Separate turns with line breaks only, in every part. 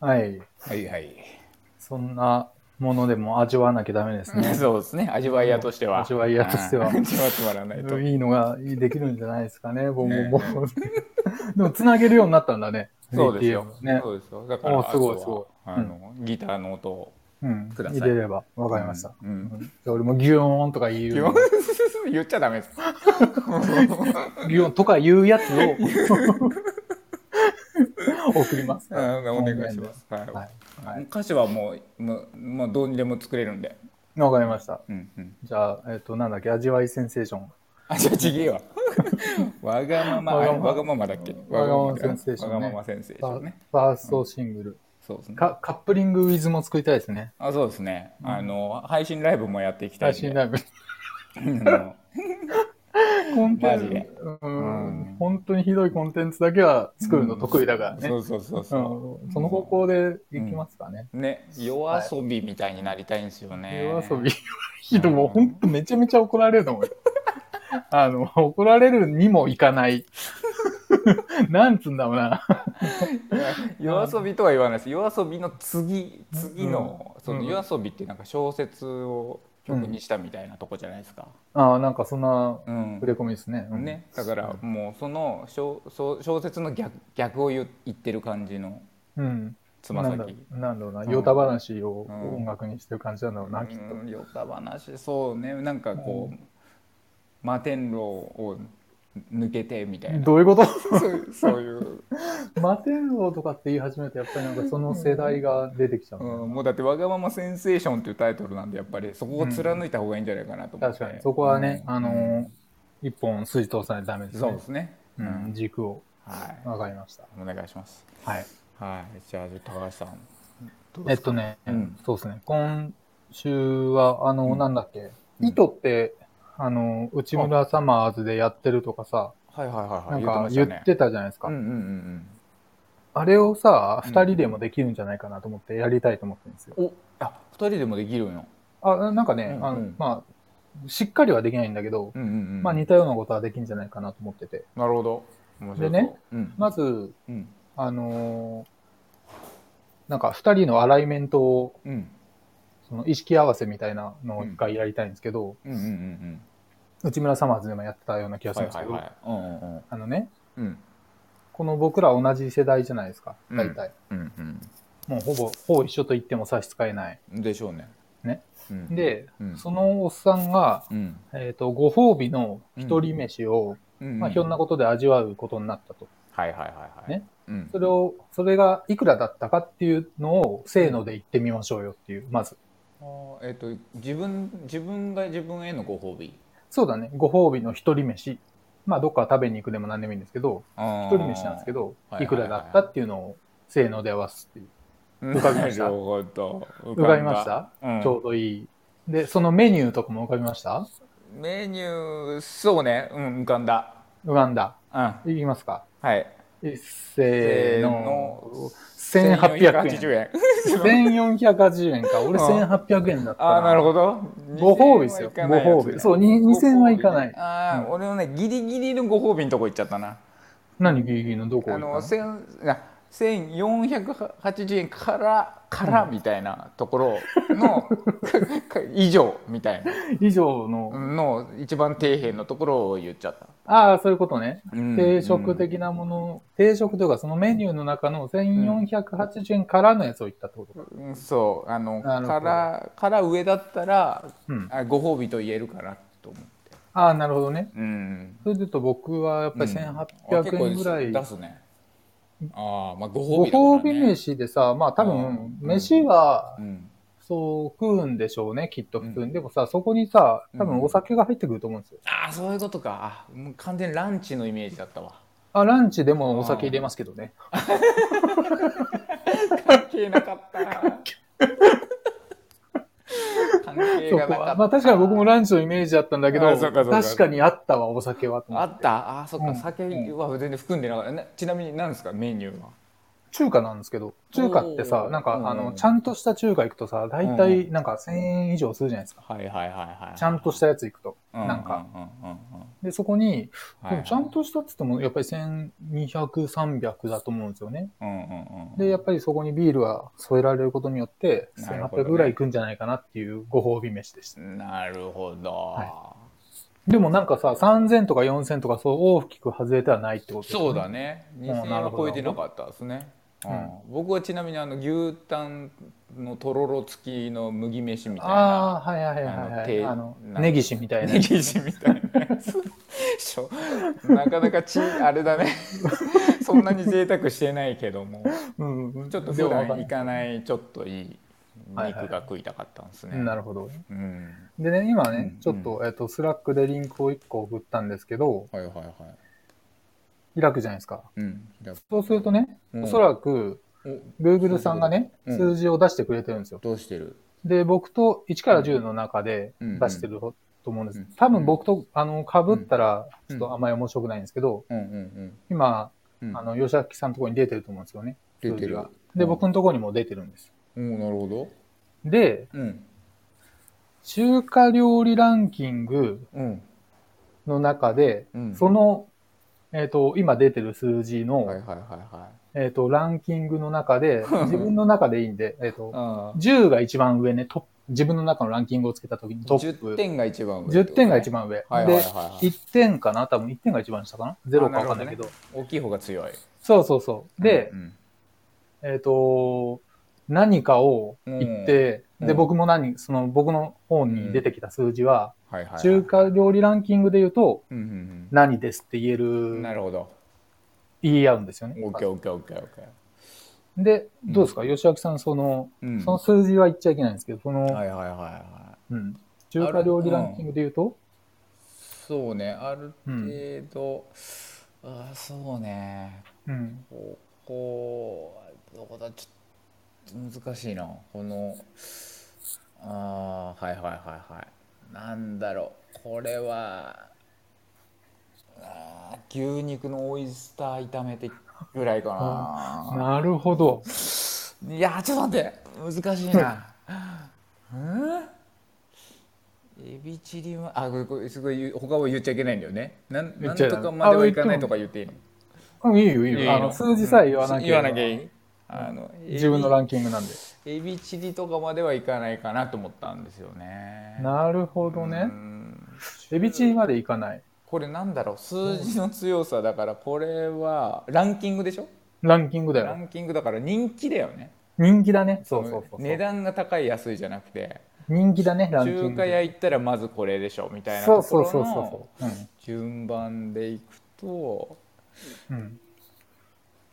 はい。
はいはい。
そんなものでも味わわなきゃダメですね。
そうですね。味わい屋としては。
味わい屋としては
うん味わってもらわないと。
いいのができるんじゃないですかね、ボンボンボン
ね。
でも、つなげるようになったんだね。
そうですよ
ATM ね。
そうですよ。だから、
おすごいすごい
あとはあの、ギターの音を。
うん。
ください
入れれば、わかりました。
う。
うんんじゃあ俺もギューンとか言
言わ
う。
言っちゃダ メです。
ギューンとか言うやつ を送ります。
うんお願いします。は
す。はい
い。歌詞はもう、もう、もうどうにでも作れるんで。
わかりました。
うんうん。
じゃあ、えっと、なんだっけ、味わいセンセーション。
あ、じゃあち げえわ。わがまま、
わ
あ
が
れ
まま
わがままだっけ
わがままセンセーションね
わがままセンセーシ
フ
ョ
ァ
ンね。
ファーストシングル。
そうですね。
かカップリングウィズも作りたいですね。
あそうですね、あの配信ライブもやっていきたい
最
んで
新ライブ。
あの
コンテ
マジ
ン
で
ツ、うん
うん
本当にひどいコンテンツだけは作るの得意だからね。
そううそうそうそ
んその方向でいきますかね。
うね夜遊びみたいになりたいんですよね、
夜遊び。ひどいもう本当めちゃめちゃ怒られると思うよ。あの、怒られるにもいかない。 なんつうんだろうな。
夜遊びとは言わないです夜遊びの次次の,、
うん
その
うん
夜遊びってなんか小説を曲にしたみたいなとこじゃないですか、
ああ、なんかそんな
うん
触れ込みですね。うん
ね、だからもうその小小小説の逆逆を言う言ってる感じの
うん。
つま
なんだ
先
ろうなんだろうな。
ん
ヨタ話を
うん
音楽にしてる感じなんだろうな、きっと。
うん、よた話そうねなんかこう、摩天楼を抜けてみたいな
どういうこと
そうそういう、
マテンロとかって言い始めると、やっぱりなんかその世代が出てきちゃう
う
ね、
ん、もうだって「わがままセンセーション」っていうタイトルなんでやっぱりそこを貫いた方がいいんじゃないかなと思って、
確かに、そこはね、
うん
あのー一本筋通さないとダメですね。
そうですね、
う
うん
ん、軸を。
はい
わかりました。
お願いします
はい。
はいじゃあ高橋さんどう
え
で
っ
すか
とね、
うん
そうですね。今週は、あのー
うん
なんだっけ、
うん
糸って、あのー内村サマーズでやってるとかさ、
はいはいは
な
いはい
んか言
言ってましたね
ってたじゃないですか。
うんうんうん
あれをさ、
うん
二人でもできるんじゃないかなと思ってやりたいと思ってるんですよ。
うんおあ二人でもできるの
あ、なんかね、
うん
あ
う
の
ん、
まあ、しっかりはできないんだけど、
うんうんうん
まあ似たようなことはできるんじゃないかなと思ってて。
なるほど面白そ
で
う
ね
うん
まず、
うん
あのーなんか二人のアライメントを、
うん
その意識合わせみたいなのを一回やりたいんですけど、
うんうんうんうん
内村サマーズでもやってたような気がするんですけど、
い。うんうん
あのね、
うん。
この僕ら同じ世代じゃないですか、
うん
大体。
うん
もうほぼ、ほぼ一緒と言っても差し支えない。
うん。でしょうね。
ね。
うん、
で、
うん、
そのおっさんが、
うん。
えっ、と、ご褒美の一人飯を、
うん。
まあ、ひょんなことで味わうことになったと。
はいはいはいはい。
ね。
うん。
それを、それがいくらだったかっていうのを、せーので言ってみましょうよっていう、まず。
あーえっ、と、自分、自分が自分へのご褒美。
そうだね。ご褒美の一人飯。まあ、どっか食べに行くでも何でもいいんですけど、
一
一人飯なんですけど
は、い
いくらだったっていうのを、せーので合わすっていう。
ど
浮かびました
なるほど。浮
浮かびまし
んだ
た
うん
ちょうどいい。で、そのメニューとかも浮かびました
メニュー、そうね。うん、浮かんだ。
浮かんだ。
うん。はい
きますか。
い。
いせーの。1880
1480円。
円。1480円か。俺
うん
1800円だった
ああ、なる
ど。
ほど。
ご褒美ですよ
2000はいかないやつ
ご褒美そうに2000はいかない
ご褒美ねああ、俺はね、ギリギリのご褒美のとこ行っちゃったな。
何ギリギリのどこ
あ
行
の
った
千あ1480円からからみたいなところ の以上みたい
の以上の。
なの一番底辺のところを言っちゃった。
ああ、そういうことね。
うん
定食的なもの、定食というかそのメニューの中の1480円からのやつを言ったってことか。
うんそうあの
なるほど
からから上だったら、
うん
あご褒美と言えるかなと思って。
ああ、なるほどね。
うん
それで言うと僕はやっぱり1800円ぐらい。
あ結構出すね。ああまあご褒
ご
美だからね
褒美飯でさ、まあ多分、
うん
飯は
う、ん
そう食うんでしょうね、きっと普通
う
に。でもさ、そこにさ、多
うん
分お酒が入ってくると思うんですよ。
ああそういうことか。あもう完全にランチのイメージだったわ。
あ、ランチでもお酒入れますけどね。
関係なかった。 関係
そ
がな
こ
かった。
は。まあ確かに僕もランチのイメージだったんだけど、
あそうかそうか
確かにあったわ、お酒はと思
あ
って。
ったあ、そっ
うん
か、酒は全然含んでなかった。なちなみに何ですか、メニューは。
中華なんですけど、中華って
お
さ
ー、
なんか、
うん
あの、ちゃんとした中華行くとさ、大体なんか1000円以上するじゃないですか。
はいはいはいはい
ちゃんとしたやつ行くと。
た
なんか
うんうんうんうん
で、そこに、
は
で
いは
も
い
ちゃんとしたっつっても、やっぱり1200、300だと思うんですよね。
うんうんうん
で、やっぱりそこにビールは添えられることによって、
なるほど
1800
ね
ぐらいいくんじゃないかなっていうご褒美飯でした。
なるほど、
はでもなんかさ、3000とか4000とかそう大きく外れてはないってことですね
そうだ。ね2000
う
円
なる
は
ほど
超えてなかったですね、
うん
うん僕はちなみにあの牛タンのとろろ付きの麦飯みたいな
ああ、はいはいはい
あの
はい。
手
あの、
なんか
ネギシみたいな
ネ。ギシみたいなやつしょなかなかちあれだね そんなに贅沢してないけども
うんうん
ちょっと
で
普
もわ
段
かんな
行
い
かないちょっといい
はいはい
肉が食いたかったんですね、
なるほど。
うん
でね、今
うんう
ね
ん、
ちょっと、えっと、スラックでリンクを1個送ったんですけど、
はいはいはい
開くじゃないですか。
うんやっぱ
そうするとね、
うん
おそらく、
お
Google さんがね、
うん
数字を出してくれてるんですよ。
どうしてる
で、僕と1から10の中で
うん
出してると思うんで
うん
す。多分僕と、あの、被ったら、ち
うん
ょっとあまり面白くないんですけど、
うんうん
今、
うんうん
あの、吉明さんのところに出てると思うんですよね。
出て
数字
る
がで、僕のところにも出てるんです。
うんなるほど
で、
うん
中華料理ランキング
うん
の中で、
うん
その、えっ、と、今出てる数字の、
はいはいはいはい
えっ、と、ランキングの中で、自分の中でいいんで、えっ、と、
あ
10が一番上ね、トップ自分の中のランキングをつけたときに
あ
トップ。
10点が一番上ってこと
10点が一番上。
はいはいはいは
で、
い
1点かな多分1点が一番下かな ?0 かわかんないけど。
大きい方が強い
そうそうそう。で
う、ん
えっ、と、何かを言って、
うんう
で、
ん
僕も何、その僕の本に出てきた数字は、
はいはいはい
中華料理ランキングで言うと、
うんうん
何ですって言え
うんな
る、
るほど
言い合うんですよね。
オッケーオッケーオッケーオッケー
で、どうですか吉明さん、その、
うん
その数字は言っちゃいけないんですけど、その、
はいはいはいはい
うん、中華料理ランキングで言うと、
そうねある
う
程度、ああそうね
うん、
ここどこだちょっと難しいなこのああはいはいはいはいなんだろうこれはあー牛肉のオイスター炒めてぐらいかな
なるほど。
いやーちょっと待って難しいなうんエビチリマあこれこれすごい言う他は言っちゃいけないんだよねなん
言
な
っ
ん
ちゃい
と
けない
かまではいかないとか言っていいの
うん、いいよ、いいよ。
いいの
あの、数字さえ言わなきゃ
言わなきゃいいあの
自分のランキングなんで。
エビチリとかまではいかないかなと思ったんですよね。
なるほど
う
ね。
ん
エビチリまでいかない。
これなんだろう数字の強さだからこれはランキングでしょ
ランキングだ
ラ
よ。
ンキングだから人気だよね
人気だね。そうそうそうそう。
値段が高い安いじゃなくて
人気だね、ランキン
中華
グ。
屋行ったらまずこれでしょみたいな
そ
と
う
こ
そう
ろ
そう
の
そう。うん
順番でいくと
うん、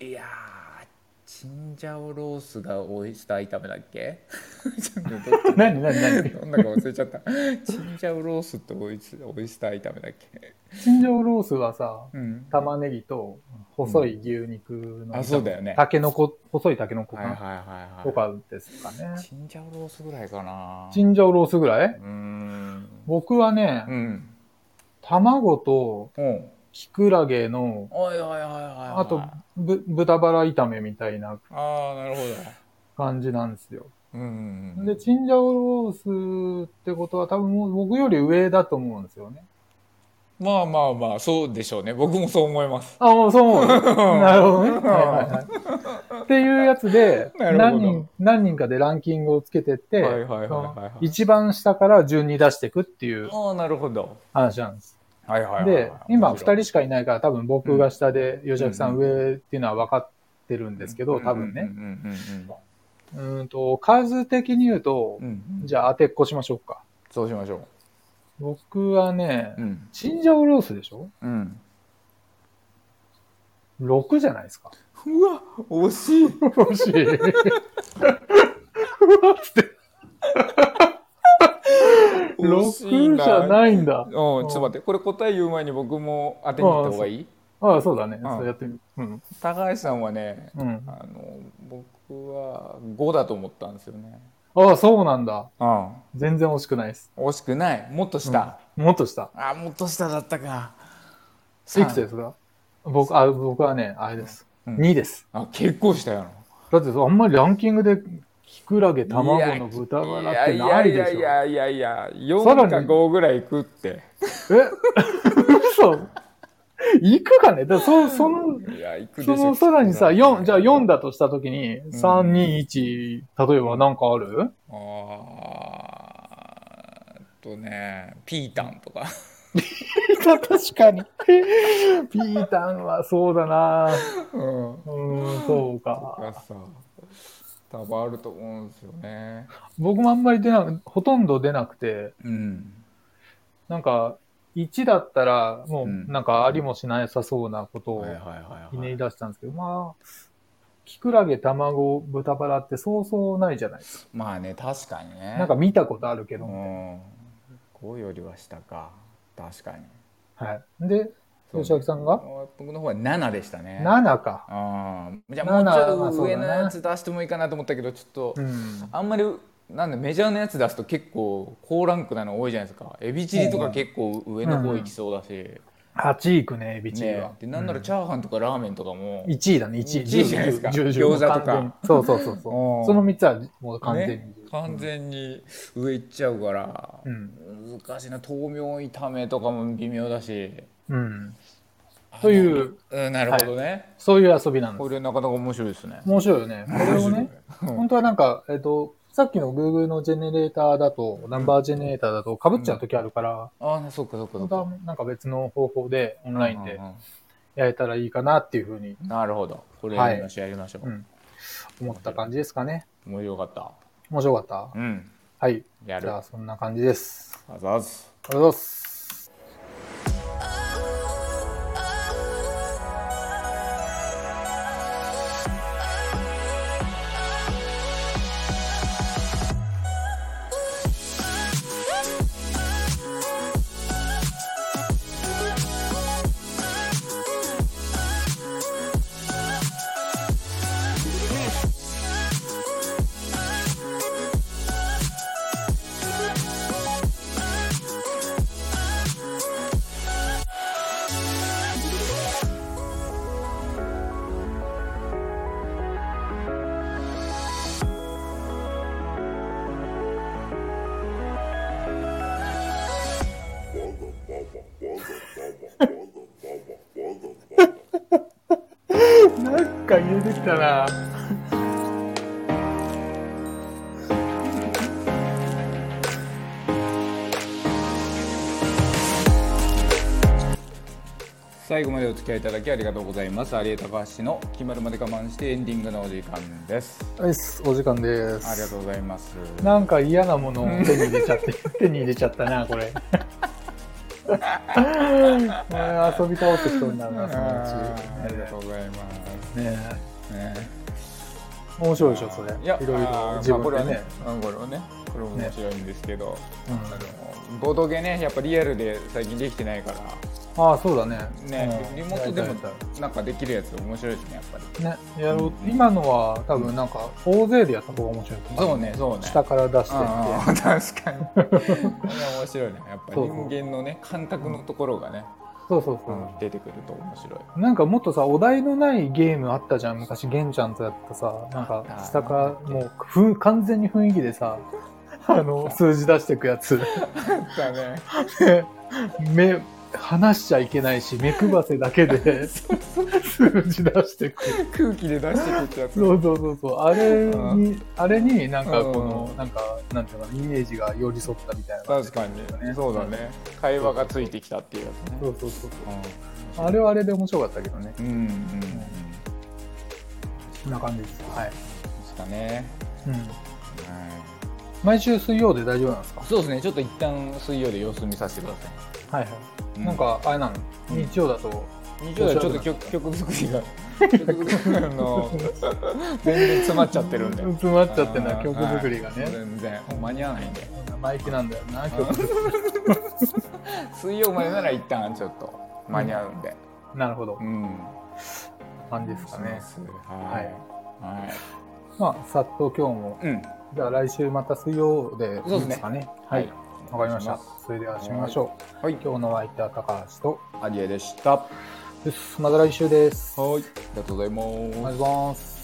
いやーチンジャオロースがオイスター炒めだっけ ちょっとどっち
何何何
どんなか忘れちゃった。チンジャオロースとオイスオイスター炒めだっけ。
チンジャオロースはさ、
うん。
玉ねぎと細い牛肉の、
あ、そうだよね。
タケノコ、細いタケノコ
は
か
い
な、
はいはい
と
は
かですかね
い。。チンジャオロースぐらいかな。
チンジャオロースぐらいう
ーん。
僕はね、
うん。
卵と
うん。
キクラゲの、
おいおいおいおいおい。
あとぶ、豚バラ炒めみたいな
ああ、なるほど。
感じなんですよ。
うんうんうん。
で、チンジャオロースってことは多分もう僕より上だと思うんですよね。
まあまあまあ、そうでしょうね。僕もそう思います。
あ、もうそう 思う。なるほどね。はいはいはい。っていうやつで、
なるほ
何
ど
人、何人かでランキングをつけてって、
はいはいはい
そ
はい
の
はい
一番下から順に出していくっていう
ああ、なるほど。
話なんです。
はいはいはい。
で、今二
で
人しかいないから多分僕が下で、吉明さん
うんうん
上っていうのは分かってるんですけど、多分
うんう
ね。
ん
うーんと、数的に言うと
うんうん。う、ん
じゃあ当てっこしましょうか。
そうしましょ
僕はね
う。う、ん。
チンジャオロースでしょ
うん。
6じゃないですか。
うわ、惜しい。
欲しい。 うわっつって、6じゃないんだ。
うん、ちょっと待って、これ答え言う前に僕も当てに行った方がいい
ああ、そうだね。
ああ
そうやってみる。うん。
高橋さんはね、
うん。
あの、僕は5だと思ったんですよね。
ああ、そうなんだ。
うん。
全然惜しくないです。
惜しくない。もっと下。
もっとした。
あ、もっと下だったか。
いくつですか僕、あ、僕はね、あれです。
うん
2位です。
あ、結構したやろ。
だってそうあんまりランキングでキクラゲ、卵の豚
い
バラっ
や
て
いや
ない
い
で
や
し
い
ょ。
やいやいや、
さら
4
に
か5ぐらいいくって。
え嘘行くかねだからそその、
いや、いくでし
そ
ょ。
のさらにさ、
きっと
4、じゃあ4。だとしたときに、3、2、1、例えばなんかあ る
あーえっとね、ピータンとか。
確かに。ピータンはそうだな
うん。
うーん、そうか。
がさ、多分あると思うんですよね。
僕もあんまり出な、ほとんど出なくて、
うん。
なんか、1だったら、もう、
うん
なんかありもしなさそうなことを
はいはいは
ひ
い、は
ねり
い。
出したんですけど、まあ、キクラゲ、卵、豚バラってそうそうないじゃないですか。
まあね、確かにね。
なんか見たことあるけ
う
ど、
ん。5よりは下か。確かに。
はい。で、
そう
吉明さんが
僕の方は7でしたね。
7か。
ああ。じゃあもう
七
ちょ
まあ
っ
そ
と
うだ
上
な
のやつ出してもいいかなと思ったけど、ちょっと、
うん。
あんまり、なんだ、メジャーのやつ出すと結構高ランクなの多いじゃないですか。エビチリとか結構上の方行きそうだし。
8位いくね、エビチリは
ね。で、なんならチャーハンとかラーメンとかも、
1位だね、1位。
一位じゃないですか
10 10
餃子とか
完全にそうそうそうそう。
うん
その3つはもう完全に
ね。、完全に上行っちゃうから、
うん。
難しいな豆苗炒めとかも微妙だし
うん。という、
うんなるほどね、
そういう遊びなんです
こ。れなかなか面白いですね
面白いよね。これをね、本当はなんか、えっ、と、さっきの Google のジェネレーターだと、ナンバージェネレーターだと被っちゃう時あるから、
ああそっかそっかそ
本
っ
当
か
はなんか別の方法でオンライン
う
で
んうん
やれたらいいかなっていうふうに
なるほどこれやりましょう、やりましょう、
うん思った感じですかね。
面白かった
面白かった、
うん
はい。
や
じ
る
ゃあ
あ
そんな感じです。
ざっす
ありがとうございます。なんか入れてきたな。
最後までお付き合いいただきありがとうございます有江高橋の決まるまで我慢してエンディングのお時間です
はいっす、お時間です。
ありがとうございます
なんか嫌なものを手に入れちゃ って、手に入れちゃったな、これ。これ遊び倒す人になるな、そのうち。
ありがとうございます、
ね
ね
え面白いでしょ、それ。
い
い
や
ろいろ
あー
自
まあこ
分
れは
でね
ね。うんこれはねこれも面白いんですけど、
うん
あのボードゲねやっぱリアルで最近できてないから
ああ、そうだね。
ね
うん
リモートで
や
も
りたいやり
なんかできるやつ面白いですねやっぱり
たいね、やろう
う。ん
今のは多分なんか、大勢でやった方が面白いと思う。
そうねそうね
下から出してって。
ああ確かにこれは面白いねやっぱり
そうそう
人間のね感覚のところがね、
そうそうそう。
うん出てくると面白い
なんかもっとさ、お題のないゲームあったじゃん。昔、玄ちゃんとやったさ、なんか
あった、
下から、もうふん、完全に雰囲気で さ、あの、数字出してくやつ。
だね
で目、離しちゃいけないし、目くばせだけで、数字出してく。
空気で出してくってやつ
そうそうそうそう。あれに、あれになんか
うん
この、なんか、なんていうのかな、イメージが寄り添ったみたいな感じ。
確かにそうだね会話がついてきたっていうやつね
そうそうそう。あれはあれで面白かったけどね。
うんうんうん
こんな感じです。はい。
ですかね、
うん。
はい
毎週水曜で大丈夫なんですか
そうですね、ちょっと一旦水曜で様子見させてくださ
はいはい。
い。
なん、かあれなの、
うん
日曜だと
日曜ではちょっと曲曲作りが、曲作りがあの全然詰まっちゃってるんで。
詰まっちゃってんだ曲作りが
はい
ね
全然、間に合わないんで。
生意気なんだよな曲作
水曜までなら一旦ちょっと間に合うんで。
りなるほど
うん。
感じですかね
はい。はい。
まあさっと今日も
うん。
じゃあ来週また水曜でいいですかねはいわ、かりましたそれではしましょう、
はい
今日のお相手は高橋と
アディエでし
バ
た。
イバイ。
ですまた来週です。
はいありがとうございます
お願いします。